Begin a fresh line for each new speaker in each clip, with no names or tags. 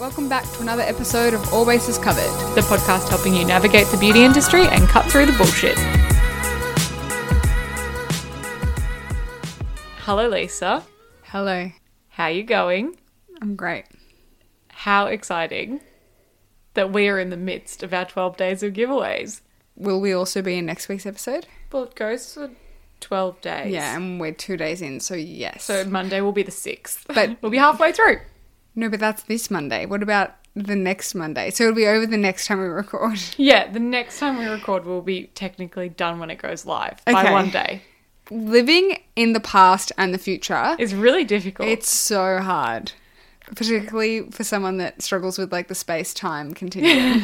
Welcome back to another episode of All Bases Covered, the podcast helping you navigate the beauty industry and cut through the bullshit. Hello, Lisa.
Hello.
How you going?
I'm great.
How exciting that we are in the midst of our 12 days of giveaways.
Will we also be in next week's episode?
Well, it goes for 12 days.
Yeah, and we're two days in, so yes.
So Monday will be the 6th.
But-
we'll be halfway through.
no, but that's this Monday. What about the next Monday? So it'll be over the next time we record.
Yeah, the next time we record, we'll be technically done when it goes live by
Okay.
one day.
Living in the past and the future,
It's really difficult.
it's so hard. Particularly for someone that struggles with like the space time continuum.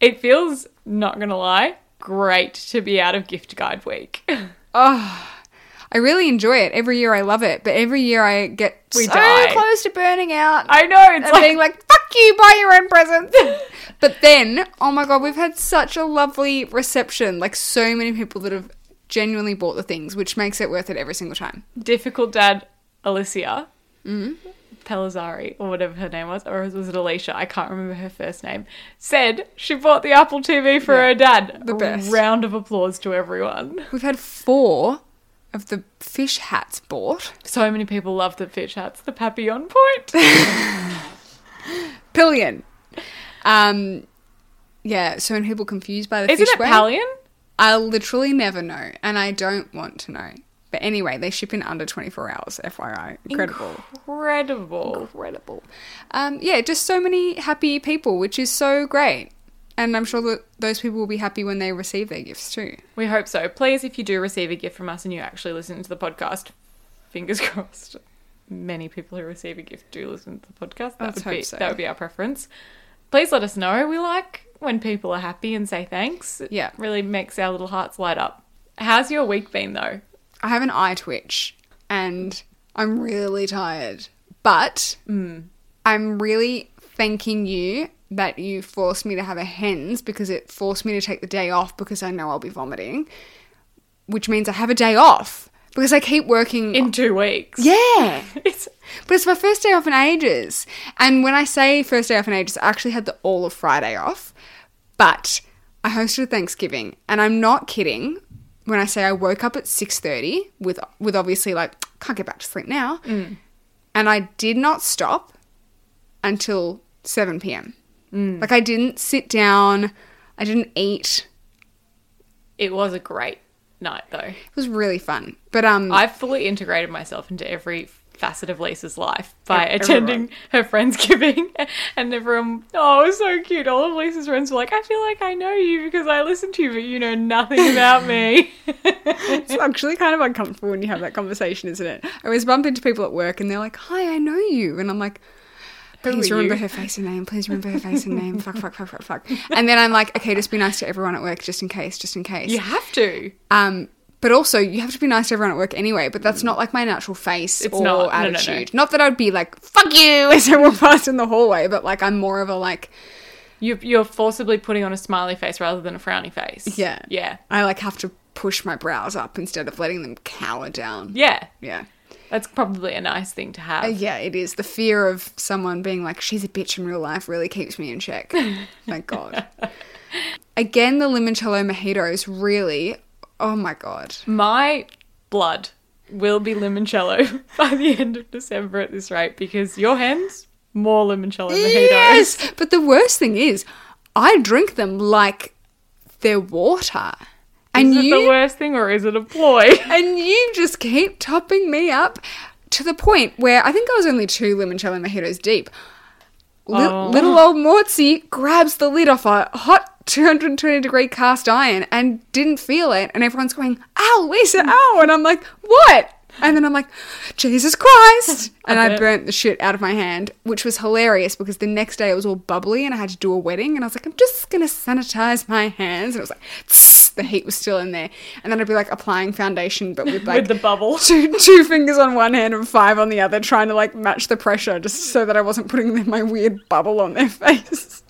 It feels, not gonna lie, great to be out of gift guide week.
I really enjoy it. Every year I love it, but every year I get
We
so
die.
close to burning out.
I know, it's
and
like,
being like, fuck you, buy your own presents. but then, oh my god, we've had such a lovely reception. Like, so many people that have genuinely bought the things, which makes it worth it every single time.
difficult dad Alicia.
Mm-hmm.
Pelizzari, or whatever her name was, or was it Alicia? I can't remember her first name. Said she bought the Apple TV for her dad.
the best.
Round of applause to everyone.
We've had four of the fish hats bought.
So many people love the fish hats. The Papillon point.
Pillion. Um, yeah, so many people confused by the
Isn't
fish
it
way.
Pallion?
I literally never know, and I don't want to know. But anyway, they ship in under 24 hours, FYI. Incredible.
Incredible.
incredible. Um, yeah, just so many happy people, which is so great. And I'm sure that those people will be happy when they receive their gifts too.
We hope so. Please, if you do receive a gift from us and you actually listen to the podcast, fingers crossed. Many people who receive a gift do listen to the podcast. That
Let's
would be
hope so.
that would be our preference. Please let us know. We like when people are happy and say thanks. It
Yeah.
really makes our little hearts light up. How's your week been though?
I have an eye twitch and I'm really tired, but I'm really thanking you that you forced me to have a hens because it forced me to take the day off because I know I'll be vomiting, which means I have a day off because I keep working.
In two weeks.
Oh. yeah.
It's
But it's my first day off in ages. And when I say first day off in ages, I actually had the all of Friday off. But I hosted Thanksgiving, and I'm not kidding when I say I woke up at 6:30 with with obviously like can't get back to sleep now. And I did not stop until 7 p.m. Like I didn't sit down, I didn't eat.
it was a great night though.
It was really fun. But um
I've fully integrated myself into every facet of Lisa's life by attending her friends' giving, and everyone, oh, it was so cute. All of Lisa's friends were like, I feel like I know you because I listen to you, but you know nothing about me.
It's actually kind of uncomfortable when you have that conversation, isn't it? I always bump into people at work and they're like, Hi, I know you. And I'm like, Please
are you?"
remember her face and name. Please remember her face and name. Fuck, fuck, fuck, fuck, fuck. And then I'm like, Okay, just be nice to everyone at work, just in case, just in case.
you have to.
Um, but also, you have to be nice to everyone at work anyway, but that's not like my natural face
Mm. It's
or
not. No, no, no.
attitude. Not that I'd be like, Fuck you as I walk past in the hallway, but like I'm more of a like,
You, you're forcibly putting on a smiley face rather than a frowny face.
Yeah.
Yeah.
I like have to push my brows up instead of letting them cower down.
Yeah.
Yeah.
That's probably a nice thing to have.
Uh, yeah, it is. The fear of someone being like, she's a bitch in real life really keeps me in check. Thank God. Again, the limoncello mojitos really, oh my God.
My blood will be limoncello by the end of December at this rate because your hands, more limoncello mojitos.
Yes! But the worst thing is, I drink them like they're water. And
Is it
you
the worst thing or is it a ploy?
and you just keep topping me up to the point where I think I was only two limoncello mojitos deep. Lit-
Oh.
Little old Mortsy grabs the lid off a hot 220 degree cast iron and didn't feel it. And everyone's going, ow, Lisa, ow. And I'm like, what? And then I'm like, Jesus Christ. And I
bet.
burnt the shit out of my hand, which was hilarious because the next day it was all bubbly and I had to do a wedding. And I was like, I'm just going to sanitize my hands. And it was like, tss, the heat was still in there. And then I'd be like applying foundation, but with like
With the bubble.
two two fingers on one hand and five on the other, trying to like match the pressure, just so that I wasn't putting them- my weird bubble on their face.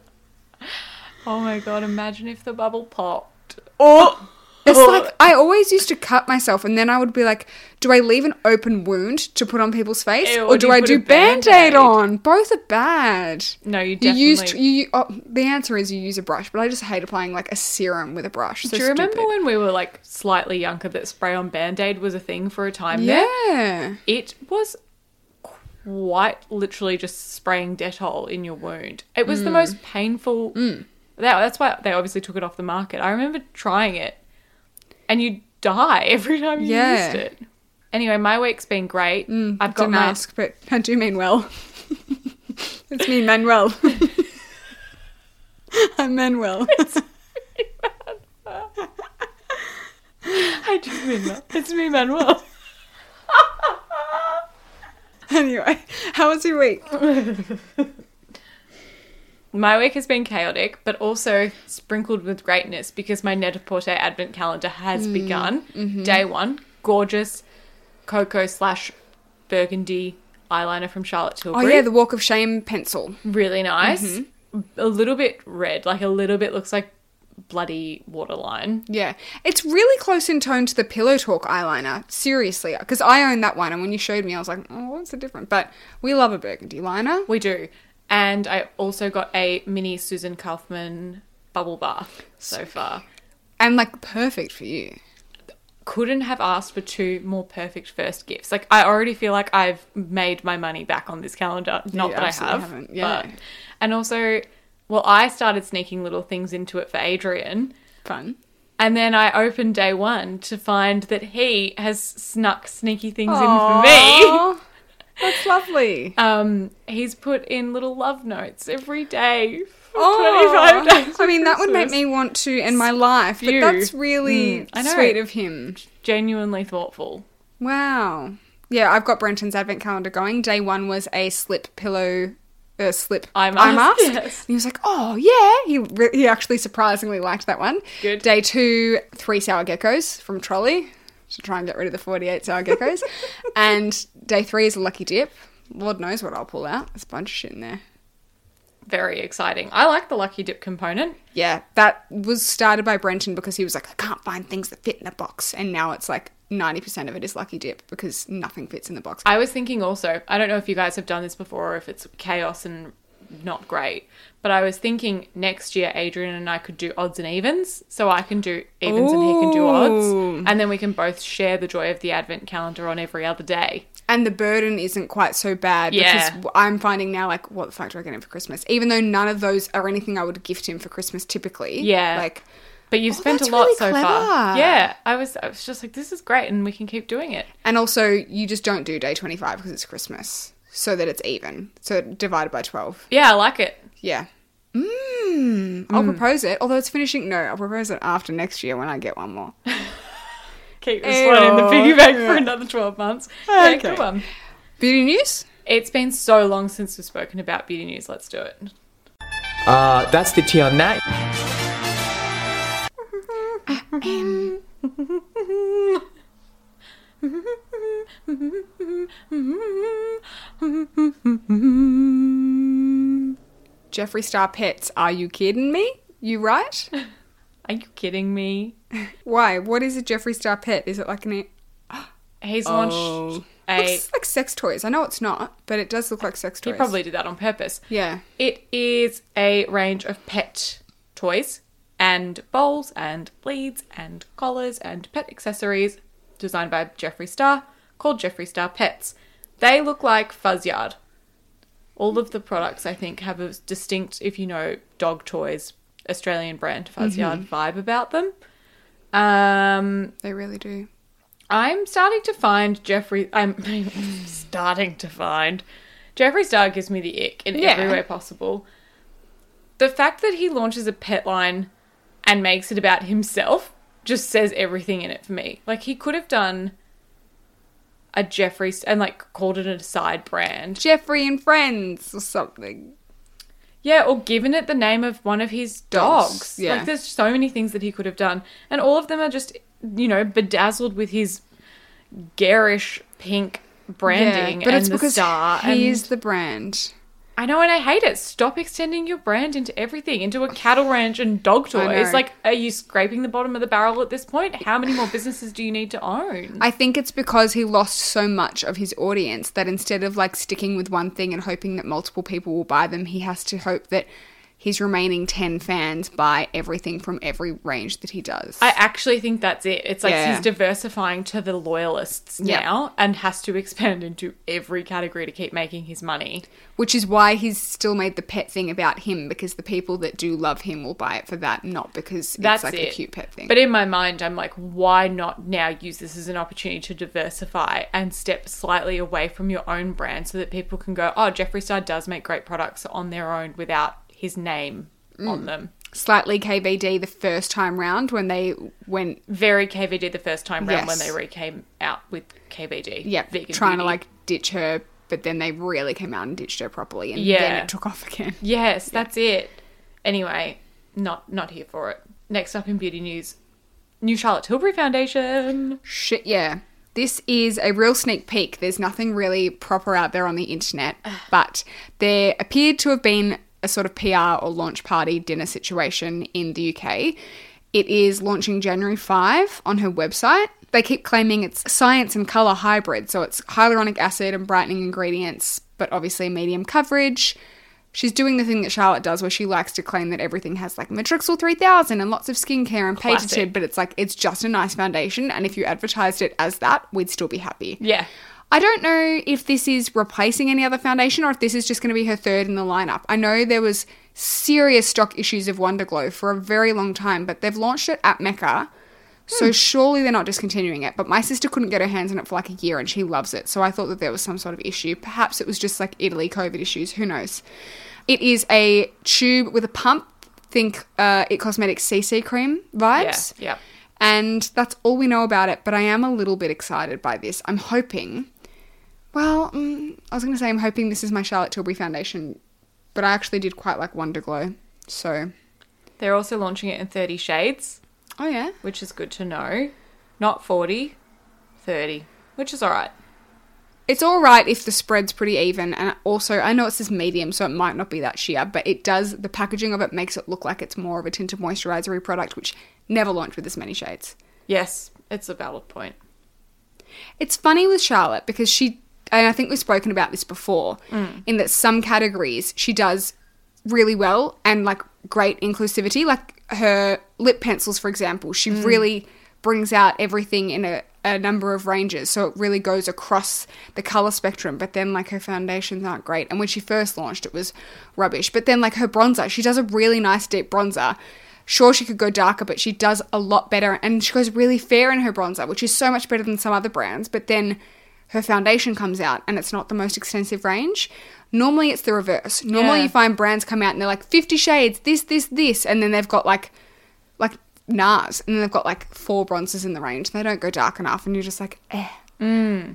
Oh my god, imagine if the bubble popped.
Or It's
Well-
like I always used to cut myself, and then I would be like, "Do I leave an open wound to put on people's face,
Ew,
or,
or do
do,
you
I
put
do
a
Band-Aid,
Band-Aid?
on?" Both are bad.
No, you
You
definitely.
used you. you- Oh, the answer is you use a brush, but I just hate applying like a serum with a brush. So
Do you remember
stupid.
when we were like slightly younger that spray on band aid was a thing for a time there?
Yeah.
It was quite literally just spraying Dettol in your wound. It
Mm.
was the most painful. That, that's why they obviously took it off the market. I remember trying it and you die every time you
Yeah. Mm,
used it. Anyway, my week's been great. I've
Got
got
an
my
ask, but I do mean well. it's me, Manuel. I'm Manuel.
I do remember. It's me, Manuel.
anyway, how was your week?
My week has been chaotic, but also sprinkled with greatness because my Net-a-Porter advent calendar has begun. Day one, gorgeous cocoa slash burgundy eyeliner from Charlotte
Oh
Tilbury.
yeah, the Walk of Shame pencil.
really nice. A little bit red, like a little bit looks like bloody waterline.
Yeah, it's really close in tone to the Pillow Talk eyeliner. Seriously, because I own that one, and when you showed me, I was like, "Oh, what's the difference?" But we love a burgundy liner.
We do. And I also got a mini Susan Kaufman bubble bath so far.
and like perfect for you.
couldn't have asked for two more perfect first gifts. Like I already feel like I've made my money back on this calendar. Not
You
that I
absolutely
have.
haven't, yeah.
But, and also, well, I started sneaking little things into it for Adrian.
Fun.
And then I opened day one to find that he has snuck sneaky things in for me.
Aw, That's lovely.
Um, he's put in little love notes every day for
Aw.
25 days.
I mean, that would make
Christmas.
me want to end my life, but
You.
that's really
Mm, I know.
sweet of him.
genuinely thoughtful.
Wow. Yeah, I've got Brenton's advent calendar going. Day one was a slip pillow, uh, slip
Eye
eye
mask,
mask.
yes.
And he was like, oh, yeah. He, re- he actually surprisingly liked that one.
Good.
Day two, three sour geckos from Trolley to try and get rid of the 48 sour geckos. and day three is a lucky dip. Lord knows what I'll pull out. There's a bunch of shit in there.
Very exciting. I like the lucky dip component.
Yeah, that was started by Brenton because he was like, I can't find things that fit in a box. And now it's like 90% of it is lucky dip because nothing fits in the box.
I was thinking also, I don't know if you guys have done this before or if it's chaos and not great, but I was thinking next year Adrian and I could do odds and evens. So I can do evens and he can do
Ooh.
odds. And then we can both share the joy of the advent calendar on every other day.
and the burden isn't quite so bad
Yeah.
because I'm finding now like what the fuck do I get him for Christmas? Even though none of those are anything I would gift him for Christmas typically.
Yeah.
Like
But you've
Oh,
spent a
that's
lot
really
so far.
clever.
Yeah. I was I was just like, this is great and we can keep doing it.
and also you just don't do day 25 because it's Christmas so that it's even. So divided by 12.
Yeah, I like it.
Yeah. Mm, I'll propose it, although it's finishing. No, I'll propose it after next year when I get one more.
Keep this one in the
Ew.
piggy bank for another twelve months. Yeah,
Okay.
good one.
Beauty news?
It's been so long since we've spoken about beauty news. Let's do it.
Uh, that's the tea on that.
Jeffree Star pets. Are you kidding me? You right?
Are you kidding me?
Why? What is a Jeffree Star pet? Is it like an
He's
Oh.
launched a.
Looks like sex toys. I know it's not, but it does look like sex
He
toys.
probably did that on purpose.
Yeah.
It is a range of pet toys and bowls and leads and collars and pet accessories designed by Jeffree Star called Jeffree Star Pets. They look like Fuzz Yard. All of the products, I think, have a distinct, if you know, dog toys, Australian brand Fuzz Yard vibe about them. Um,
They really do.
I'm starting to find Jeffrey. I'm starting to find Jeffrey Star gives me the ick in
Yeah.
every way possible. The fact that he launches a pet line and makes it about himself just says everything in it for me. Like he could have done a Jeffrey and like called it a side brand,
Jeffrey and Friends or something.
yeah, or given it the name of one of his dogs.
Dogs, yeah.
Like there's so many things that he could have done, and all of them are just you know bedazzled with his garish pink branding
but
and
it's
the
because
star.
he
and
is the brand.
I know, and I hate it. Stop extending your brand into everything, into a cattle ranch and dog toys.
know.
Like, are you scraping the bottom of the barrel at this point? How many more businesses do you need to own?
I think it's because he lost so much of his audience that instead of like sticking with one thing and hoping that multiple people will buy them, he has to hope that his remaining 10 fans buy everything from every range that he does.
I actually think that's it. It's like
Yeah.
he's diversifying to the loyalists
Yep.
now and has to expand into every category to keep making his money.
Which is why he's still made the pet thing about him because the people that do love him will buy it for that, not because
That's
it's like
it.
a cute pet thing.
But in my mind, I'm like, why not now use this as an opportunity to diversify and step slightly away from your own brand so that people can go, oh, Jeffree Star does make great products on their own without his name
Mm.
on them.
Slightly KVD the first time round when they went,
Very KVD the first time round when
Yes.
they re came out with KVD.
yeah,
Vegan
trying to
beauty.
like ditch her, but then they really came out and ditched her properly and
Yeah.
then it took off again.
Yes, that's it. Anyway, not not here for it. Next up in beauty news, new Charlotte Tilbury Foundation.
Shit, yeah. This is a real sneak peek. There's nothing really proper out there on the internet, but there appeared to have been a sort of PR or launch party dinner situation in the UK. It is launching January 5 on her website. They keep claiming it's science and colour hybrid, so it's hyaluronic acid and brightening ingredients, but obviously medium coverage. She's doing the thing that Charlotte does where she likes to claim that everything has like Matrixyl 3000 and lots of skincare and
Classic.
patented, but it's like it's just a nice foundation and if you advertised it as that, we'd still be happy.
Yeah.
I don't know if this is replacing any other foundation or if this is just going to be her third in the lineup. I know there was serious stock issues of Wonderglow for a very long time, but they've launched it at Mecca.
Hmm.
So surely they're not discontinuing it, but my sister couldn't get her hands on it for like a year and she loves it. So I thought that there was some sort of issue. Perhaps it was just like Italy COVID issues, who knows. It is a tube with a pump, think uh, it cosmetic CC cream vibes.
Yeah, yeah.
And that's all we know about it, but I am a little bit excited by this. I'm hoping, well, mm, I was going to say I'm hoping this is my Charlotte Tilbury foundation, but I actually did quite like Wonder Glow. So,
They're also launching it in 30 shades,
oh yeah.
which is good to know. Not 40, 30, which is all right.
It's all right if the spread's pretty even, and also I know it's this medium, so it might not be that sheer, but it does. The packaging of it makes it look like it's more of a tinted moisturizer product, which never launched with this many shades.
Yes, it's a valid point.
It's funny with Charlotte because she, and I think we've spoken about this before, in that some categories she does really well and like great inclusivity. Like her lip pencils, for example, she really brings out everything in a, a number of ranges. So it really goes across the color spectrum. But then like her foundations aren't great. And when she first launched, it was rubbish. But then like her bronzer, she does a really nice deep bronzer sure she could go darker but she does a lot better and she goes really fair in her bronzer which is so much better than some other brands but then her foundation comes out and it's not the most extensive range normally it's the reverse normally
Yeah.
you find brands come out and they're like 50 shades this this this and then they've got like like nars and then they've got like four bronzers in the range they don't go dark enough and you're just like eh
Yeah,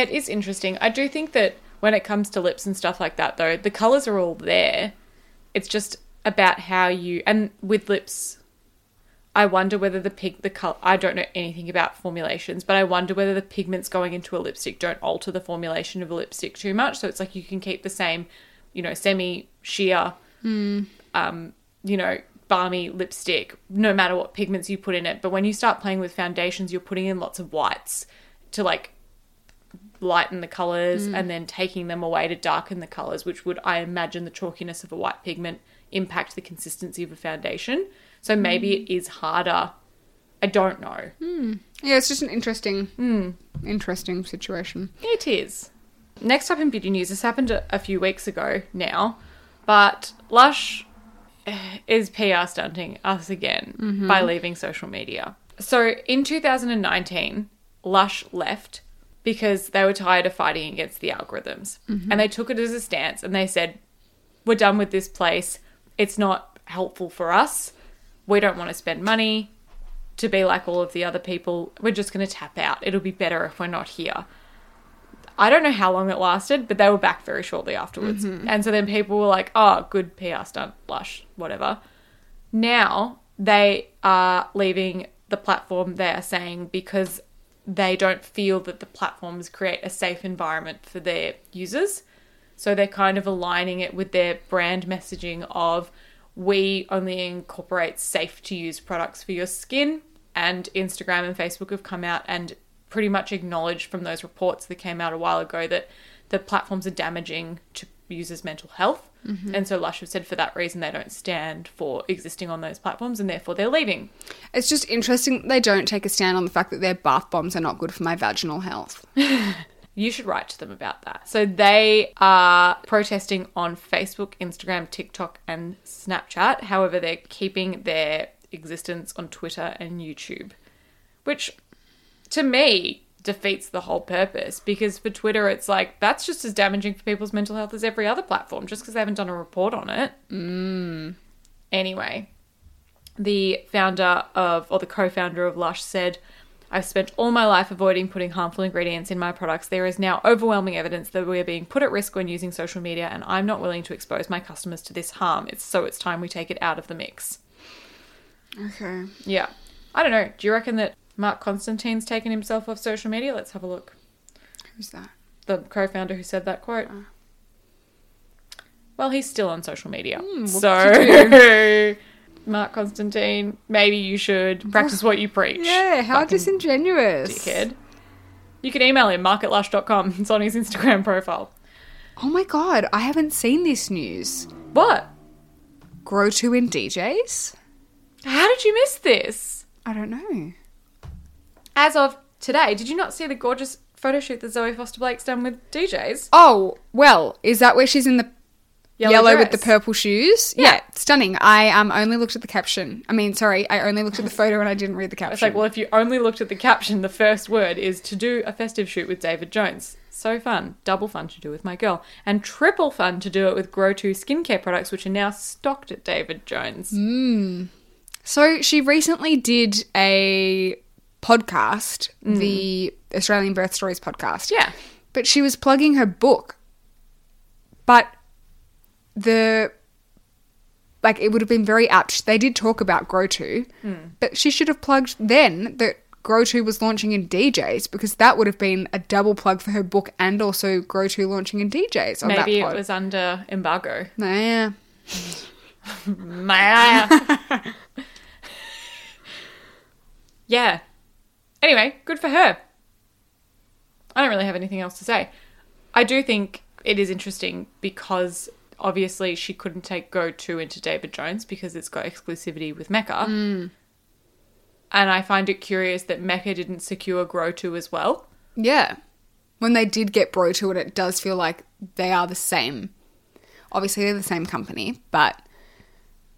it is interesting. I do think that when it comes to lips and stuff like that, though, the colors are all there. It's just about how you and with lips. I wonder whether the pig the color. I don't know anything about formulations, but I wonder whether the pigments going into a lipstick don't alter the formulation of a lipstick too much. So it's like you can keep the same, you know, semi sheer, um, you know, balmy lipstick, no matter what pigments you put in it. But when you start playing with foundations, you're putting in lots of whites to like lighten the colors and then taking them away to darken the colors, which would, I imagine, the chalkiness of a white pigment impact the consistency of a foundation. So maybe it is harder. I don't know.
yeah it's just an interesting interesting situation
It is. Next up in beauty news, this happened a, a few weeks ago now, but Lush eh, is PR stunting us again by leaving social media. So in 2019, Lush left because they were tired of fighting against the algorithms and they took it as a stance and they said, We're done with this place. It's not helpful for us. We don't want to spend money to be like all of the other people. We're just going to tap out. It'll be better if we're not here. I don't know how long it lasted, but they were back very shortly afterwards. And so then people were like, oh, good PR stunt, blush, whatever. Now they are leaving the platform, they are saying, because they don't feel that the platforms create a safe environment for their users. So they're kind of aligning it with their brand messaging of we only incorporate safe to use products for your skin. And Instagram and Facebook have come out and pretty much acknowledged from those reports that came out a while ago that the platforms are damaging to users' mental health. And so Lush have said for that reason they don't stand for existing on those platforms and therefore they're leaving.
It's just interesting that they don't take a stand on the fact that their bath bombs are not good for my vaginal health.
You should write to them about that. So they are protesting on Facebook, Instagram, TikTok, and Snapchat. However, they're keeping their existence on Twitter and YouTube, which to me defeats the whole purpose because for Twitter, it's like that's just as damaging for people's mental health as every other platform just because they haven't done a report on it. Anyway, the founder of, or the co founder of Lush said, I've spent all my life avoiding putting harmful ingredients in my products. There is now overwhelming evidence that we are being put at risk when using social media, and I'm not willing to expose my customers to this harm. It's so it's time we take it out of the mix.
Okay.
Yeah. I don't know. Do you reckon that Mark Constantine's taken himself off social media? Let's have a look.
Who's that?
The co founder who said that quote. Well, he's still on social media. so, Mark Constantine, maybe you should practice what you preach.
Yeah, how
Fucking
disingenuous.
dickhead. You can email him, mark at lush.com. It's on his Instagram profile.
Oh my god, I haven't seen this news.
What?
Grow two in DJs?
How did you miss this?
I don't know.
As of today, did you not see the gorgeous photo shoot that Zoe Foster Blake's done with DJs?
Oh, well, is that where she's in the yellow, with the
dress.
purple shoes?
Yeah.
stunning. I um only looked at the caption. I mean, sorry, I only looked at the photo and I didn't read the caption.
It's like, well, if you only looked at the caption, the first word is to do a festive shoot with David Jones. So fun. Double fun to do with my girl. And triple fun to do it with Grow 2 skincare products, which are now stocked at David Jones.
Mm. So she recently did a podcast, the Australian Birth Stories podcast.
Yeah.
But she was plugging her book. But the like it would have been very apt. They did talk about Grow To,
Hmm.
but she should have plugged then that Grow To was launching in DJs because that would have been a double plug for her book and also Grow To launching in DJs on
Maybe
that
it
pod.
was under embargo.
yeah.
yeah. Anyway, good for her. I don't really have anything else to say. I do think it is interesting because obviously she couldn't take Go 2 into David Jones because it's got exclusivity with Mecca. And I find it curious that Mecca didn't secure Grow 2 as well.
Yeah. When they did get Bro to it, it does feel like they are the same. Obviously, they're the same company, but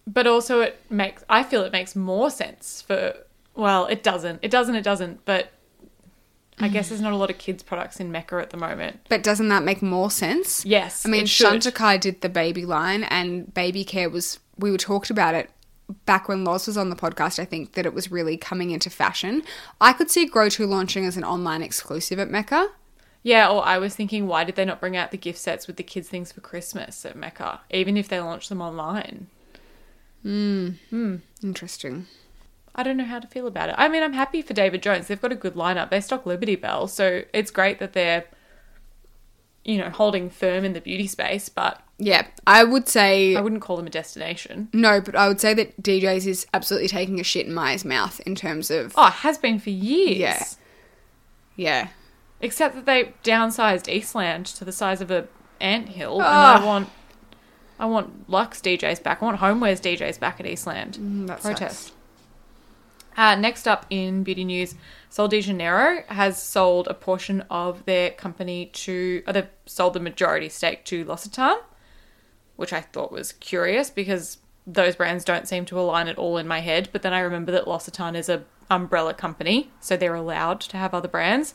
but also it makes i feel it makes more sense for well it doesn't it doesn't it doesn't but i guess there's not a lot of kids products in mecca at the moment
but doesn't that make more sense?
yes
I mean,
it should.
Shantakai did the baby line, and baby care was we were talked about it back when Loz was on the podcast. I think that it was really coming into fashion. I could see Grow to launching as an online exclusive at Mecca.
yeah or i was thinking why did they not bring out the gift sets with the kids things for christmas at mecca even if they launched them online
Interesting.
i don't know how to feel about it i mean i'm happy for david jones they've got a good lineup they stock liberty bell so it's great that they're you know holding firm in the beauty space but
Yeah, I would say
i wouldn't call them a destination
no, but I would say that DJs is absolutely taking a shit in Maya's mouth in terms of
oh it has been for years
Yeah. yeah.
Except that they downsized Eastland to the size of a anthill, and
Ah.
I want, I want Lux DJs back. I want Homewares DJs back at Eastland.
that
Protest. Uh, next up in beauty news, Sol de Janeiro has sold a portion of their company to, or they've sold the majority stake to L'Occitane, which I thought was curious because those brands don't seem to align at all in my head. But then I remember that L'Occitane is a umbrella company, so they're allowed to have other brands,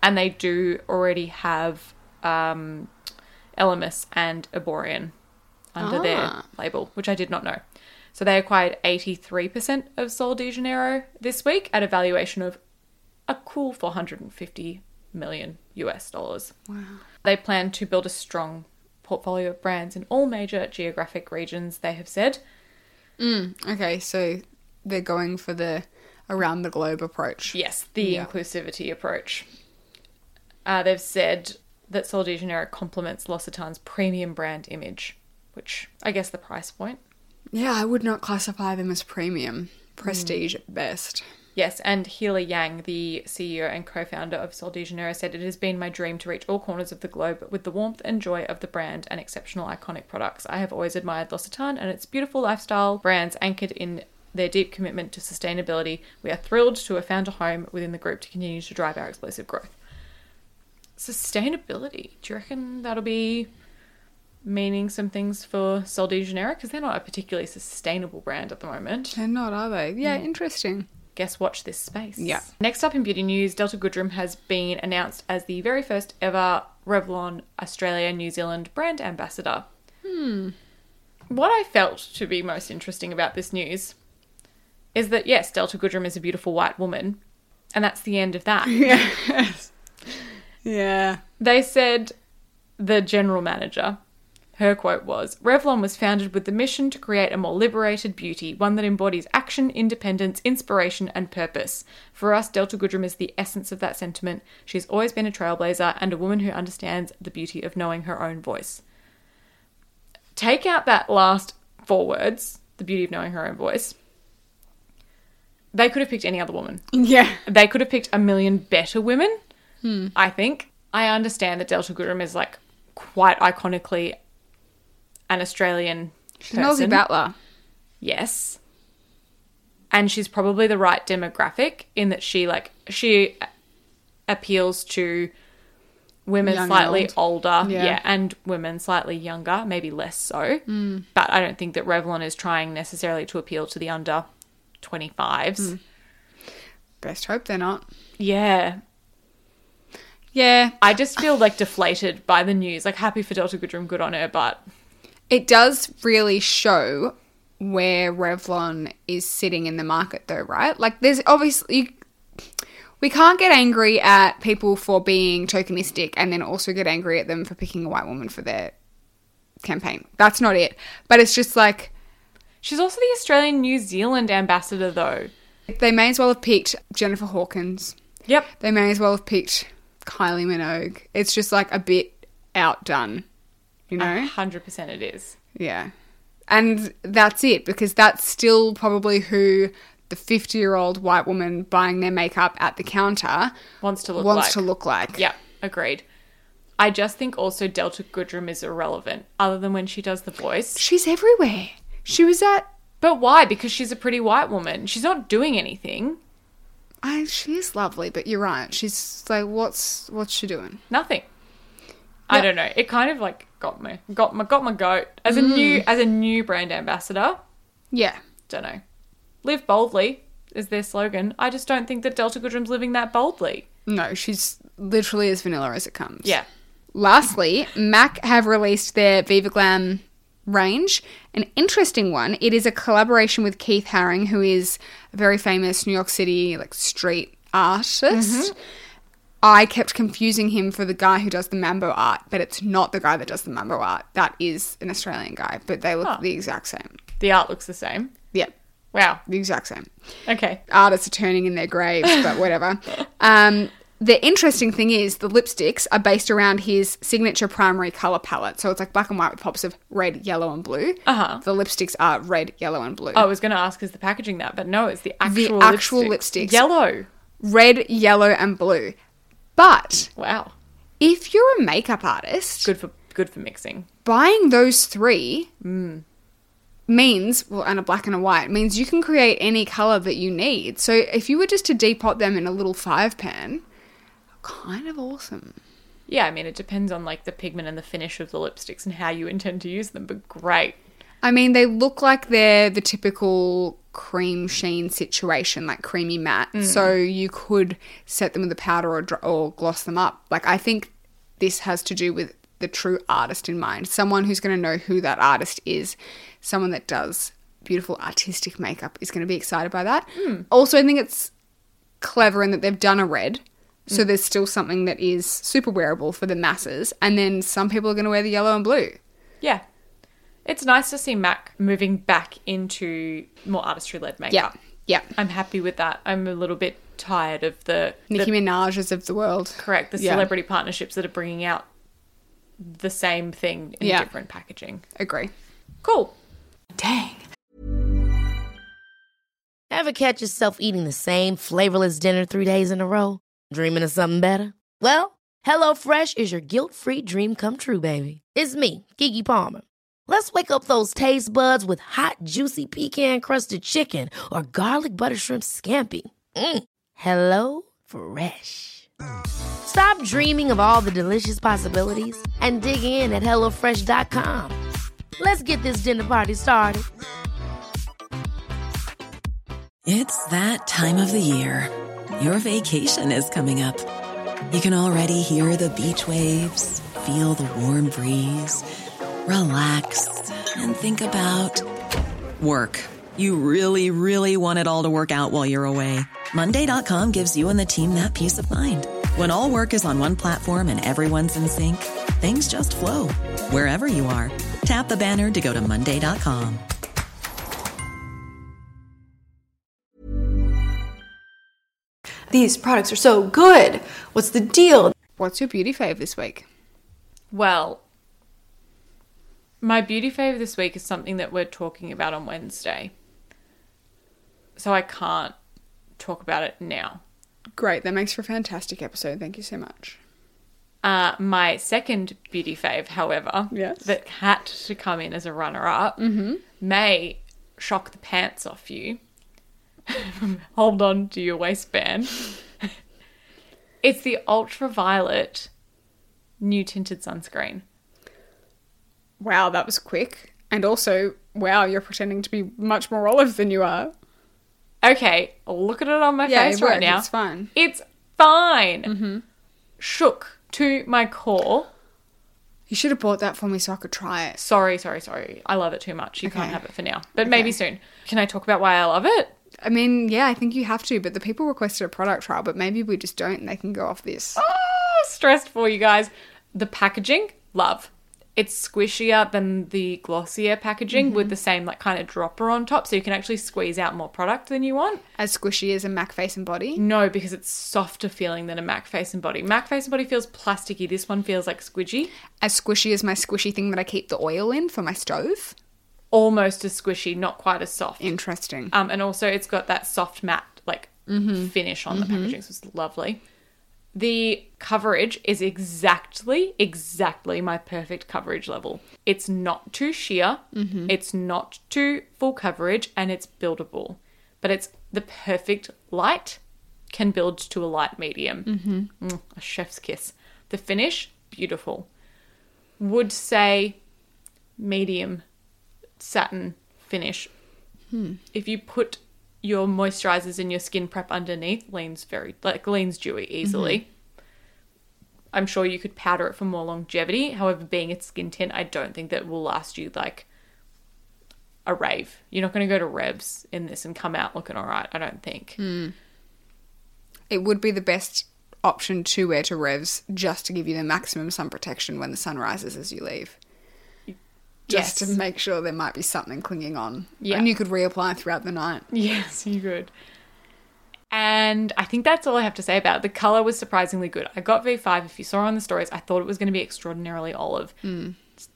and they do already have um, Elemis and Eborian under their
Ah.
label, which I did not know. So they acquired 83% of Sol de Janeiro this week at a valuation of a cool 450 million US dollars. Wow. They plan to build a strong portfolio of brands in all major geographic regions, they have said.
Okay, so they're going for the around the globe approach.
Yes, the inclusivity approach. Uh, they've said that Sol de Janeiro complements L'Ocitane's premium brand image, which I guess the price point.
Yeah, I would not classify them as premium. Prestige at best.
Yes, and Hila Yang, the CEO and co founder of Sol de Janeiro, said, It has been my dream to reach all corners of the globe with the warmth and joy of the brand and exceptional iconic products. I have always admired L'Occitane and its beautiful lifestyle brands anchored in their deep commitment to sustainability. We are thrilled to have found a home within the group to continue to drive our explosive growth. Sustainability. Do you reckon that'll be meaning some things for Sol de Janeiro? Because they're not a particularly sustainable brand at the moment
They're not, are they? Yeah, interesting.
guess watch this space.
Yeah.
Next up in beauty news, Delta Goodrum has been announced as the very first ever Revlon Australia New Zealand brand ambassador. Hmm. What I felt to be most interesting about this news is that yes, Delta Goodrum is a beautiful white woman, and that's the end of that.
Yes. yeah.
They said the general manager. Her quote was Revlon was founded with the mission to create a more liberated beauty, one that embodies action, independence, inspiration, and purpose. For us, Delta Goodrum is the essence of that sentiment. She's always been a trailblazer and a woman who understands the beauty of knowing her own voice. Take out that last four words, the beauty of knowing her own voice. They could have picked any other woman
Yeah.
they could have picked a million better women.
Hmm.
I think. I understand that Delta Goodrum is like quite iconically an Australian
She's an Aussie
person.
battler.
Yes. And she's probably the right demographic in that she like she appeals to women
Young and
slightly older,
Yeah.
yeah. and women slightly younger, maybe less so.
Hmm.
But I don't think that Revlon is trying necessarily to appeal to the under 25s.
Hmm. Best hope they're not.
Yeah.
Yeah.
I just feel like deflated by the news. Like happy for Delta Goodrum, good on her, but
It does really show where Revlon is sitting in the market, though, right? Like, there's obviously. We can't get angry at people for being tokenistic and then also get angry at them for picking a white woman for their campaign. That's not it. But it's just like
she's also the Australian New Zealand ambassador though.
they may as well have picked Jennifer Hawkins.
Yep.
They may as well have picked Kylie Minogue. It's just like a bit outdone, you know?
Hundred percent it is.
Yeah. And that's it, because that's still probably who the 50 year old white woman buying their makeup at the counter
Wants to look
wants
like
to look like.
Yeah, agreed. I just think also Delta Goodrum is irrelevant, other than when she does the voice.
She's everywhere. She was at.
But why? Because she's a pretty white woman. She's not doing anything.
I, she is lovely, but you're right. She's like, what's what's she doing?
Nothing. I don't know. It kind of like got my got my got my goat. As a new as a new brand ambassador,
Yeah,
don't know. Live boldly is their slogan. I just don't think that Delta Goodrum's living that boldly.
no, she's literally as vanilla as it comes.
Yeah.
Lastly, MAC have released their Viva Glam range. An interesting one. It is a collaboration with Keith Haring, who is a very famous New York City like street artist. I kept confusing him for the guy who does the mambo art, but it's not the guy that does the mambo art. That is an Australian guy, but they look the exact same.
The art looks the same.
Yeah,
Wow.
the exact same
Okay.
artists are turning in their graves, but whatever. um, the interesting thing is the lipsticks are based around his signature primary color palette. So it's like black and white with pops of red, yellow, and blue. Uh-huh. The lipsticks are red, yellow, and blue.
I was going to ask is the packaging that, but no, it's the actual
actual
lipstick.
lipsticks.
Yellow.
Red, yellow, and blue. But
Wow.
if you're a makeup artist,
Good for good for mixing.
buying those three means, well, and a black and a white, means you can create any color that you need. So if you were just to depot them in a little five pan, kind of awesome.
Yeah, I mean it depends on like the pigment and the finish of the lipsticks and how you intend to use them, but great.
I mean, they look like they're the typical cream sheen situation, like creamy matte. So you could set them with a powder or, dr- or gloss them up. Like, I think this has to do with the true artist in mind someone who's going to know who that artist is, someone that does beautiful artistic makeup is going to be excited by that. Also, I think it's clever in that they've done a red. So there's still something that is super wearable for the masses. And then some people are going to wear the yellow and blue.
Yeah. It's nice to see Mac moving back into more artistry led
Yeah.
makeup.
Yeah.
I'm happy with that. I'm a little bit tired of the, the
Nicki Minaj's of the world.
correct the
Yeah.
celebrity partnerships that are bringing out the same thing in
Yeah.
different packaging.
Agree.
Cool.
Dang.
Ever catch yourself eating the same flavorless dinner three days in a row? Dreaming of something better? Well, HelloFresh is your guilt free dream come true, baby. It's me, Kiki Palmer. Let's wake up those taste buds with hot, juicy pecan crusted chicken or garlic butter shrimp scampi. Mm. Hello Fresh. Stop dreaming of all the delicious possibilities and dig in at HelloFresh.com. Let's get this dinner party started.
It's that time of the year. Your vacation is coming up. You can already hear the beach waves, feel the warm breeze, relax, and think about work. You really, really want it all to work out while you're away. Monday.com gives you and the team that peace of mind. When all work is on one platform and everyone's in sync, things just flow wherever you are. Tap the banner to go to Monday.com.
These products are so good. What's the deal?
What's your beauty fave this week?
Well, my beauty fave this week is something that we're talking about on Wednesday. So I can't talk about it now.
Great. That makes for a fantastic episode. Thank you so much.
Uh, my second beauty fave, however,
Yes. Mm-hmm.
that had to come in as a runner up, may shock the pants off you. Hold on to your waistband. it's the ultraviolet new tinted sunscreen.
Wow, that was quick. And also, wow, you're pretending to be much more olive than you are.
Okay, look at it on my
Yeah,
face
it
right
worked.
now.
It's fine. Mm-hmm.
It's fine. Shook to my core.
You should have bought that for me so I could try it.
Sorry, sorry, sorry. I love it too much. You can't
Okay.
have it for now, but maybe soon. Can I talk about why I love it?
I mean, yeah, I think you have to, but the people requested a product trial, but maybe we just don't and they can go off this.
Oh, stressed for you guys. The packaging, love. It's squishier than the glossier packaging with the same like kind of dropper on top, so you can actually squeeze out more product than you want.
As squishy as a MAC face and body.
No, because it's softer feeling than a Mac Face and Body. Mac Face and Body feels plasticky. This one feels like squidgy.
As squishy as my squishy thing that I keep the oil in for my stove.
almost as squishy, not quite as soft.
Interesting.
Um, and also it's got that soft matte like finish on the packaging, so it's lovely. The coverage is exactly, exactly my perfect coverage level. It's not too sheer, it's not too full coverage, and it's buildable. But it's the perfect light, can build to a light medium. Mm, a chef's kiss. The finish, beautiful. Would say medium satin finish. If you put your moisturizers and your skin prep underneath, leans very like leans dewy easily. I'm sure you could powder it for more longevity. However, being a skin tint, I don't think that will last you like a rave. You're not going to go to revs in this and come out looking all right. I don't think.
it would be the best option to wear to revs just to give you the maximum sun protection when the sun rises as you leave. Just
Yes.
to make sure there might be something clinging on.
Yeah.
And you could reapply throughout the night.
Yes, you could. And I think that's all I have to say about it. The color was surprisingly good. I got V5. If you saw on the stories, I thought it was going to be extraordinarily olive.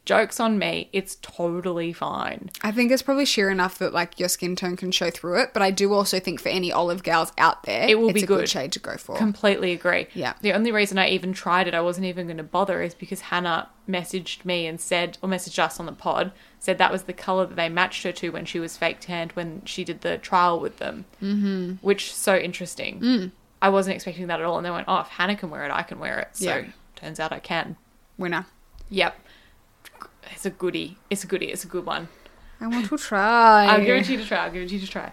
Joke's on me. It's totally fine.
I think it's probably sheer enough that like your skin tone can show through it, but I do also think for any olive gals out there,
It will
it's
be
a
good.
shade to go for.
Completely agree.
Yeah.
The only reason I even tried it, I wasn't even going to bother, is because Hannah messaged me and said, or messaged us on the pod, said that was the color that they matched her to when she was fake tanned when she did the trial with them, mm-hmm. which so interesting. I wasn't expecting that at all, and they went, "Oh, if Hannah can wear it, I can wear it." So
Yeah.
turns out I can.
Winner.
Yep. It's a goodie. It's a goodie. It's a good one.
I want to try.
I'll give it to you to try. I'll give it to you to try.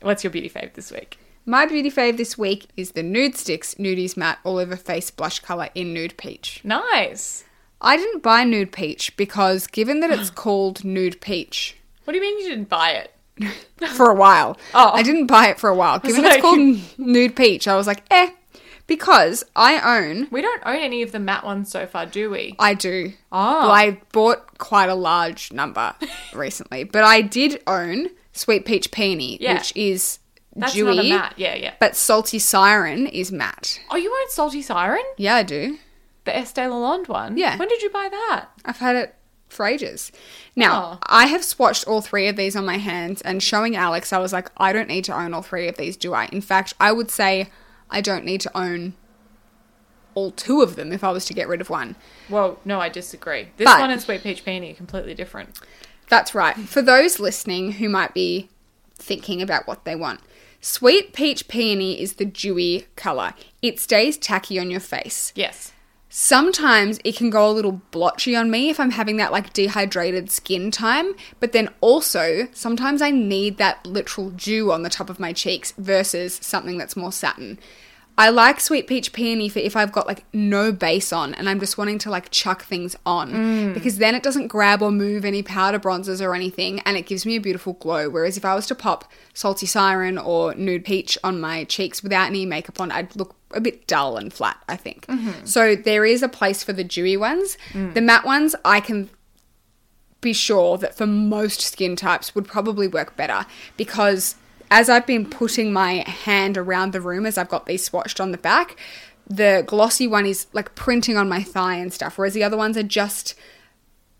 What's your beauty fave this week?
My beauty fave this week is the Nude Sticks Nudies Matte All Over Face Blush Colour in Nude Peach.
Nice.
I didn't buy Nude Peach because given that it's called Nude Peach
What do you mean you didn't buy it?
for a while,
Oh.
I didn't buy it for a while. Given
like-
it's called Nude Peach, I was like, eh, because I own,
We don't own any of the matte ones so far, do we?
I do.
Ah.
Oh. Well, I bought quite a large number recently, but I did own Sweet Peach Peony,
Yeah.
which is
That's
dewy,
not a matte. Yeah, yeah.
but Salty Siren is matte.
Oh, you own Salty Siren?
Yeah, I do.
the Estee Lalonde one.
Yeah.
When did you buy that?
I've had it for ages. Now,
Oh.
I have swatched all three of these on my hands and showing Alex, I was like, I don't need to own all three of these, do I? In fact, I would say I don't need to own all two of them if I was to get rid of one.
Whoa, no, I disagree. This
But-
one and Sweet Peach Peony are completely different.
That's right. For those listening who might be thinking about what they want, sweet peach peony is the dewy colour. It stays tacky on your face.
Yes.
Sometimes it can go a little blotchy on me if I'm having that like dehydrated skin time, but then also sometimes I need that literal dew on the top of my cheeks versus something that's more satin. I like sweet peach peony for if I've got like no base on and I'm just wanting to like chuck things on because then it doesn't grab or move any powder bronzers or anything and it gives me a beautiful glow. Whereas if I was to pop salty siren or nude peach on my cheeks without any makeup on, I'd look a bit dull and flat, I think. So there is a place for the dewy ones. The matte ones, I can be sure that for most skin types would probably work better because as I've been putting my hand around the room as I've got these swatched on the back, the glossy one is like printing on my thigh and stuff, whereas the other ones are just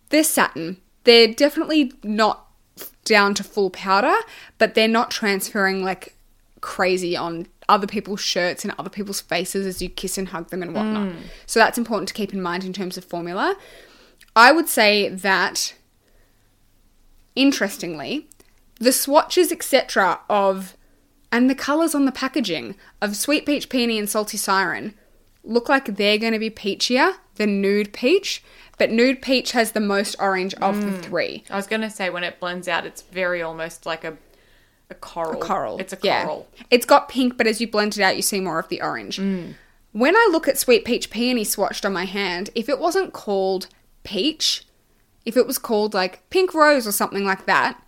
they're satin. They're definitely not f- down to full powder, but they're not transferring like crazy on other people's shirts and other people's faces as you kiss and hug them and whatnot. So that's important to keep in mind in terms of formula. I would say that, interestingly, the swatches, etc., of and the colours on the packaging of Sweet Peach Peony and Salty Siren look like they're going to be peachier than Nude Peach, but Nude Peach has the most orange of the three.
I was going to say when it blends out, it's very almost like a, a coral.
coral.
It's a
Yeah.
coral.
It's got pink, but as you blend it out, you see more of the orange.
Mm.
When I look at sweet peach peony swatched on my hand, if it wasn't called peach, if it was called like pink rose or something like that,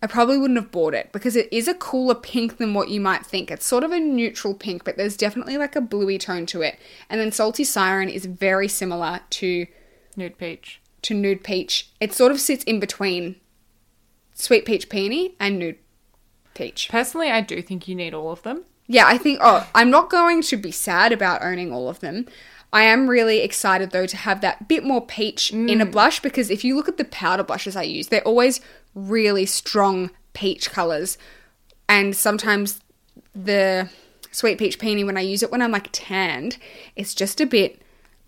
I probably wouldn't have bought it because it is a cooler pink than what you might think. It's sort of a neutral pink, but there's definitely like a bluey tone to it. And then salty siren is very similar to
Nude peach.
to nude peach. It sort of sits in between sweet peach peony and nude peach.
Personally, I do think you need all of them.
Yeah, I think, oh, I'm not going to be sad about owning all of them. I am really excited though to have that bit more peach in a blush because if you look at the powder blushes I use, they're always really strong peach colors. And sometimes the sweet peach peony, when I use it when I'm like tanned, it's just a bit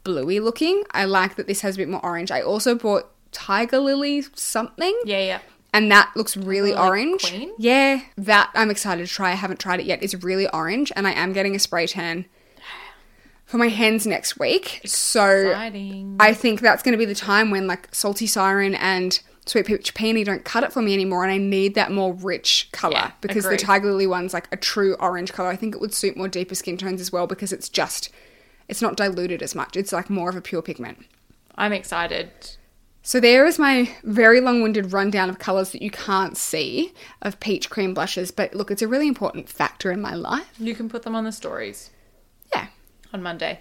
bluey looking. I like that this has a bit more orange. I also bought tiger lily something
Yeah, yeah.
and that looks really
Like
orange.
queen?
Yeah, that I'm excited to try. I haven't tried it yet. It's really orange, and I am getting a spray tan for my hands next week.
Exciting.
So I think that's going to be the time when like salty siren and sweet peach peony don't cut it for me anymore, and I need that more rich color
Yeah,
because
agreed.
the tiger lily one's like a true orange color. I think it would suit more deeper skin tones as well because it's just it's not diluted as much. It's like more of a pure pigment.
I'm excited.
So there is my very long-winded rundown of colours that you can't see of peach cream blushes, but look, it's a really important factor in my life.
You can put them on the stories
Yeah.
on Monday.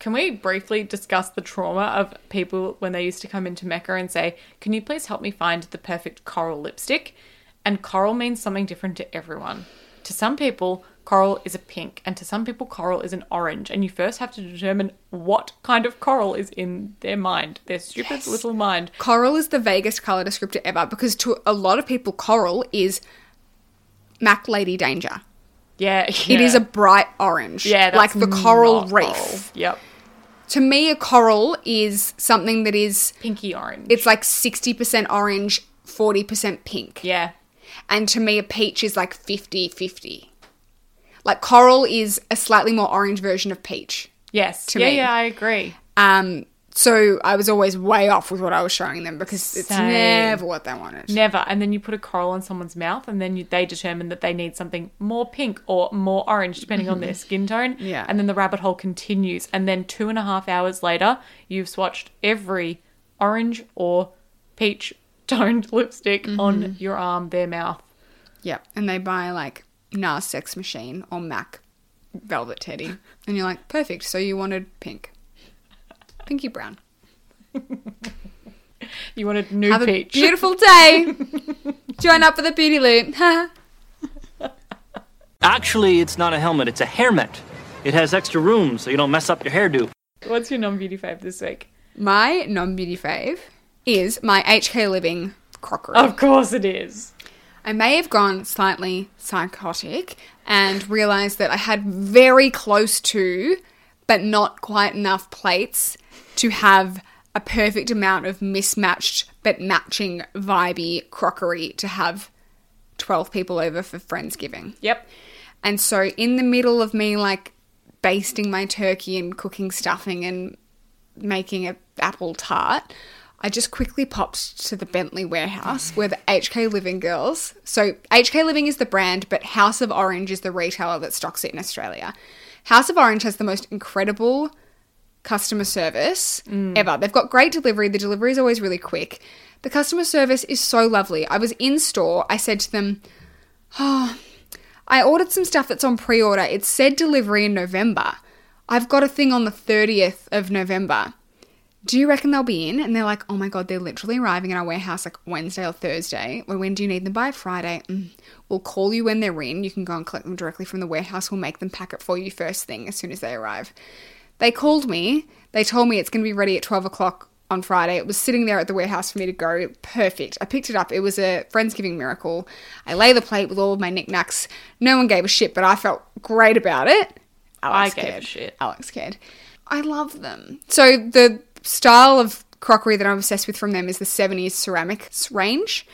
Can we briefly discuss the trauma of people when they used to come into Mecca and say, Can you please help me find the perfect coral lipstick? And coral means something different to everyone. To some people, coral is a pink, and to some people, coral is an orange. And you first have to determine what kind of coral is in their mind, their stupid little mind.
Coral is the vaguest colour descriptor ever because to a lot of people coral is Mac Lady Danger.
Yeah,
It is a bright orange.
yeah,
like
that's
the coral
not
reef.
coral. Yep,
To me a coral is something that is
pinky orange.
it's like 60% orange, 40% pink.
yeah,
and to me a peach is like 50 50 like coral is a slightly more orange version of peach
yes,
to
yeah,
me.
yeah. I agree.
um so i was always way off with what i was showing them because it's
Same.
never what they wanted
Never. And then you put a coral in someone's mouth, and then you, they determine that they need something more pink or more orange, depending on their skin tone.
Yeah.
And then the rabbit hole continues. And then two and a half hours later, you've swatched every orange or peach toned lipstick
Mm-hmm.
on your arm, their mouth.
yep and they buy like nars sex machine or mac velvet teddy and you're like perfect so you wanted pink pinky brown
You wanted new
have
peach.
a beautiful day join up for the beauty loot Ha.
Actually, it's not a helmet, it's a hairnet. It has extra room so you don't mess up your hairdo.
What's your non beauty fave this week?
My non beauty fave is my HK Living crockery.
Of course it is.
I may have gone slightly psychotic and realized that I had very close to, but not quite enough plates to have a perfect amount of mismatched but matching vibey crockery to have 12 people over for Friendsgiving.
Yep.
And so, in the middle of me like basting my turkey and cooking stuffing and making a apple tart, I just quickly popped to the Bentley warehouse where the HK Living girls. So, HK Living is the brand, but House of Orange is the retailer that stocks it in Australia. House of Orange has the most incredible customer service ever. They've got great delivery. The delivery is always really quick. The customer service is so lovely. I was in store. I said to them, I ordered some stuff that's on pre order. It said delivery in November. I've got a thing on the 30th of November. Do you reckon they'll be in? And they're like, oh my God, they're literally arriving in our warehouse like Wednesday or Thursday. Well, when do you need them by? Friday. Mm. We'll call you when they're in. You can go and collect them directly from the warehouse. We'll make them pack it for you first thing as soon as they arrive. They called me. They told me it's going to be ready at 12 o'clock on Friday. It was sitting there at the warehouse for me to go. Perfect. I picked it up. It was a Friendsgiving miracle. I lay the plate with all of my knickknacks. No one gave a shit, but I felt great about it. Alex
I gave a
cared.
shit.
Alex cared. I love them. So the style of crockery that I'm obsessed with from them is the 70s ceramic range.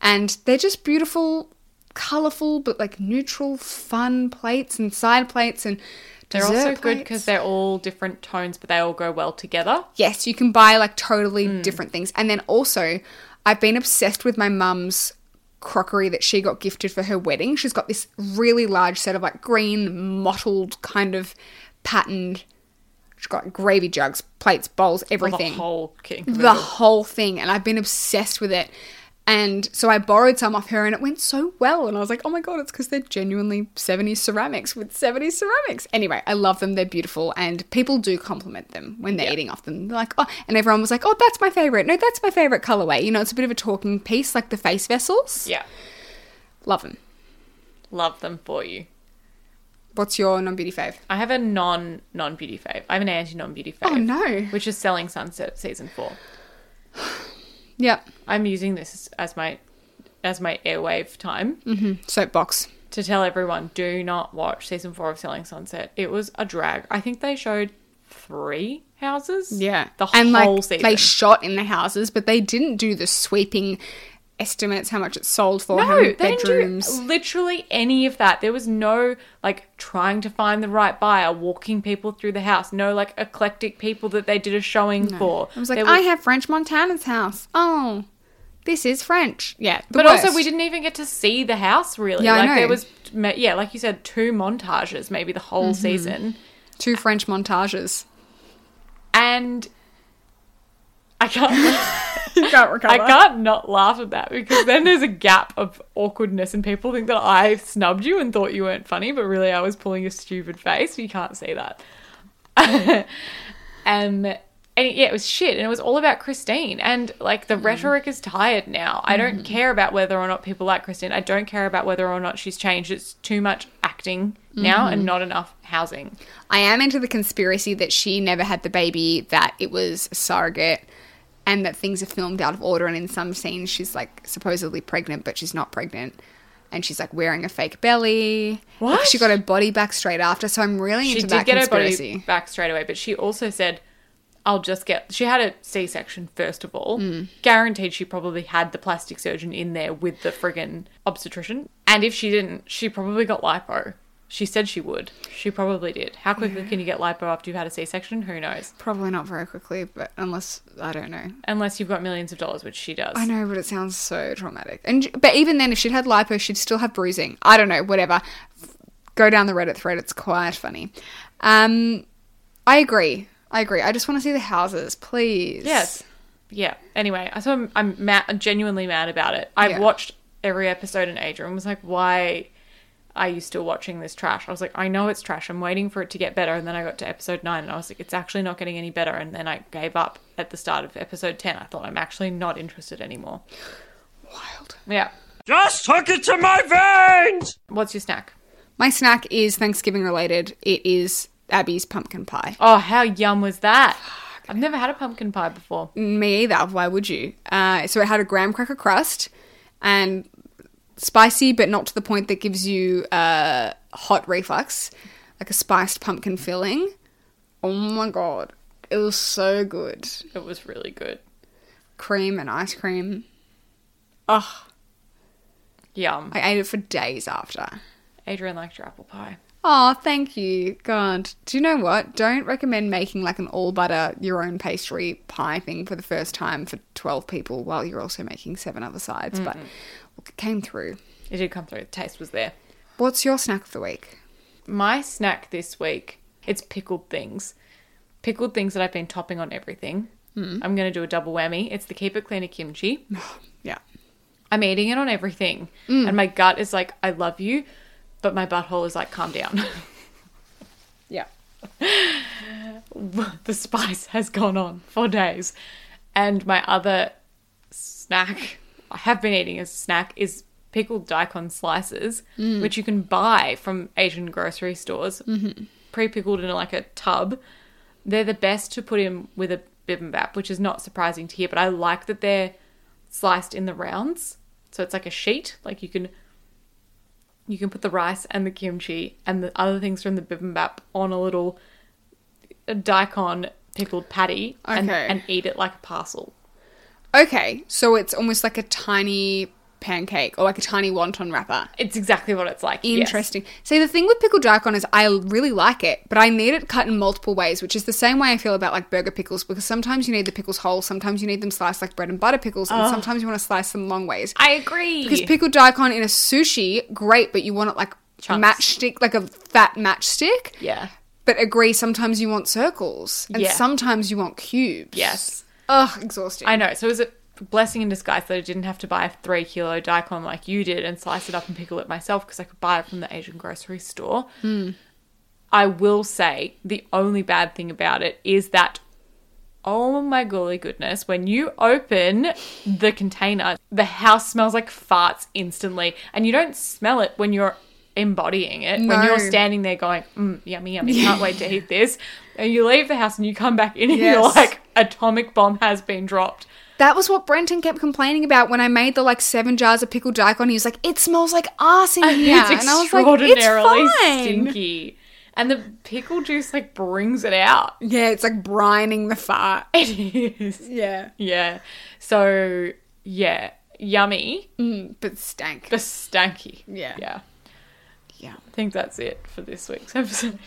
And they're just beautiful, colourful, but like neutral, fun plates and side plates and
They're also
dessert
good
plates.
because they're all different tones, but they all go well together.
Yes, you can buy like totally different things. And then also, I've been obsessed with my mum's crockery that she got gifted for her wedding. She's got this really large set of like green, mottled kind of patterned. She's got gravy jugs, plates, bowls,
The
everything
whole king.
the whole thing and I've been obsessed with it. And so I borrowed some off her and it went so well. And I was like, oh my God, it's because they're genuinely 70s ceramics with 70s ceramics. Anyway, I love them. They're beautiful. And people do compliment them when they're eating off them. They're like, oh, and everyone was like, oh, that's my favorite. No, that's my favorite colorway. You know, it's a bit of a talking piece like the face vessels.
Yeah.
Love them.
Love them for you.
What's your non beauty fave?
I have a non non beauty fave. I have an anti non beauty fave.
Oh, no.
Which is Selling Sunset season four.
Yep.
I'm using this as my as my airwave time
Mm. Soapbox.
to tell everyone do not watch season four of Selling Sunset. It was a drag. I think they showed three houses. the whole
and like
season.
they shot in the houses, but they didn't do the sweeping estimates how much it sold for, how
no,
many
they didn't do
bedrooms.
literally any of that. There was no like trying to find the right buyer, walking people through the house. No like eclectic people that they did a showing for.
I was like,
There
I have French Montana's house. Oh, this is French. Yeah, the
But also,
worst.
we didn't even get to see the house really.
Yeah, I
like
know.
there was, ma- yeah, like you said, two montages, maybe the whole
Mm-hmm.
season,
two French montages.
and I can't,
You can't recover.
I can't not laugh at that because then there's a gap of awkwardness, and people think that I snubbed you and thought you weren't funny, but really I was pulling a stupid face. You can't see that. um, and yeah, it was shit, and it was all about Christine. And like the
Hmm.
rhetoric is tired now. I don't care about whether or not people like Christine. I don't care about whether or not she's changed. It's too much acting
Hmm.
now and not enough housing.
I am into the conspiracy that she never had the baby, that it was a surrogate, and that things are filmed out of order. And in some scenes, she's like supposedly pregnant, but she's not pregnant. And she's like wearing a fake belly. Like,
What?
she got her body back straight after. So I'm really
She
into
did
that
get
conspiracy.
her body back straight away, but she also said, "I'll just get." She had a C-section first of all.
Hmm.
Guaranteed, she probably had the plastic surgeon in there with the friggin' obstetrician. And if she didn't, she probably got lipo. She said she would. She probably did. How quickly can you get lipo after you've had a C-section? Who knows?
Probably not very quickly, but unless I don't know.
Unless you've got millions of dollars, which she does.
I know, but it sounds so traumatic. And but even then, if she'd had lipo, she'd still have bruising. I don't know. Whatever. Go down the Reddit thread. It's quite funny. Um, I agree. I agree. I just want to see the houses, please.
Yes. Yeah. Anyway, so I'm, I'm mad, I'm genuinely mad about it. I've
Yeah.
watched every episode and Adrian was like, why are you still watching this trash? I was like, I know it's trash. I'm waiting for it to get better. And then I got to episode nine and I was like, it's actually not getting any better. And then I gave up at the start of episode 10. I thought, I'm actually not interested anymore.
Wild.
Yeah.
Just hook it to my veins!
What's your snack?
My snack is Thanksgiving related. It is Abby's pumpkin pie.
Oh, how yum was that? I've never had a pumpkin pie before.
Me either. Why would you? Uh, so it had a graham cracker crust and spicy, but not to the point that gives you uh, hot reflux, like a spiced pumpkin filling. Oh my god, it was so good.
It was really good.
Cream and ice cream.
Yum.
I ate it for days after.
Adrian liked your apple pie.
Oh, thank you. God. Do you know what? Don't recommend making like an all butter, your own pastry pie thing for the first time for 12 people while you're also making seven other sides. But look, it came through.
It did come through. The taste was there.
What's your snack of the week?
My snack this week, it's pickled things. Pickled things that I've been topping on everything. I'm going to do a double whammy. It's the Keep It Cleaner kimchi.
Yeah.
I'm eating it on everything. And my gut is like, I love you. But my butthole is like, calm down.
Yeah.
the spice has gone on for days. And my other snack I have been eating as a snack is pickled daikon slices, which you can buy from Asian grocery stores, pre pickled in like a tub. They're the best to put in with a bibimbap, which is not surprising to hear, but I like that they're sliced in the rounds. So it's like a sheet, like you can you can put the rice and the kimchi and the other things from the bibimbap on a little a daikon pickled patty and,
Okay.
and eat it like a parcel.
Okay. So it's almost like a tiny pancake or like a tiny wonton wrapper.
It's exactly what it's like. yes.
Interesting. See, the thing with pickled daikon is I really like it, but I need it cut in multiple ways, which is the same way I feel about like burger pickles because sometimes you need the pickles whole, sometimes you need them sliced like bread and butter pickles, and sometimes you want to slice them long ways.
I agree.
because pickled daikon in a sushi, great, but you want it like
Chunks.
matchstick, like a fat matchstick.
yeah.
But agree, sometimes you want circles, and
Yeah.
sometimes you want cubes.
Yes.
Ugh, exhausting.
I know. So is it a blessing in disguise that I didn't have to buy a three kilo daikon like you did and slice it up and pickle it myself because I could buy it from the Asian grocery store. I will say the only bad thing about it is that oh my golly goodness, when you open the container, the house smells like farts instantly, and you don't smell it when you're embodying it
No.
when you're standing there going mm, yummy yummy can't wait to eat this and you leave the house and you come back in and you're
Yes.
like atomic bomb has been dropped
That was what Brenton kept complaining about when I made the like seven jars of pickled daikon. He was like, "It smells like arse in here,"
it's
and I was like, "It's
extraordinarily
fine."
stinky. And the pickle juice like brings it out.
Yeah, it's like brining the fart.
It is.
Yeah,
Yeah. So yeah, yummy
but stank.
but stanky.
Yeah.
Yeah.
Yeah.
I think that's it for this week's episode.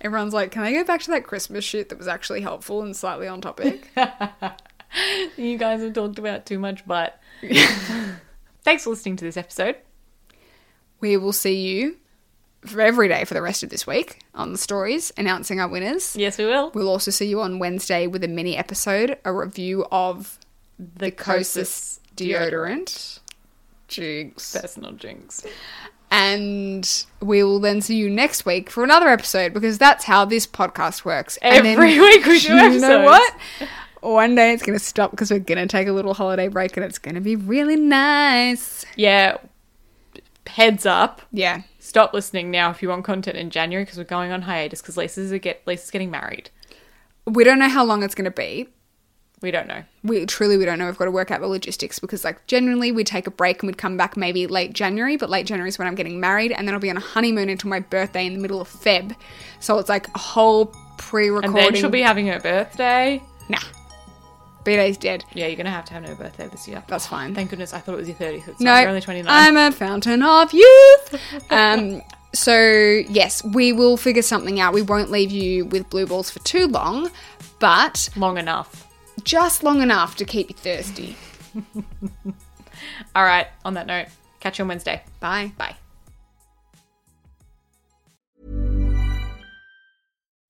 Everyone's like, "Can I go back to that Christmas shit that was actually helpful and slightly on topic?"
you guys have talked about too much, but thanks for listening to this episode.
we will see you for every day for the rest of this week on the stories announcing our winners.
Yes, we will.
We'll also see you on Wednesday with a mini episode, a review of the Kosas deodorant. Jigs.
Personal drinks.
And we will then see you next week for another episode because that's how this podcast works. and
Every week we do
You know
episodes.
what? One day it's going to stop because we're going to take a little holiday break and it's going to be really nice.
Yeah. Heads up.
Yeah.
stop listening now if you want content in January because we're going on hiatus because Lisa's a get Lisa's getting married.
We don't know how long it's going to be.
We don't know.
We truly we don't know. We've got to work out the logistics because like generally we take a break and we'd come back maybe late January, but late January is when I'm getting married and then I'll be on a honeymoon until my birthday in the middle of Feb. So it's like a whole
And
pre-recording.
then she'll be having her birthday.
nah. B-Day's dead.
Yeah, you're gonna have to have no birthday this year.
That's fine.
Thank goodness. I thought it was your 30th. It's
No,
not. You're only 29.
I'm a fountain of youth. Um, so yes, we will figure something out. We won't leave you with blue balls for too long, but
Long enough.
just long enough to keep you thirsty.
All right. On that note, catch you on Wednesday.
Bye.
Bye.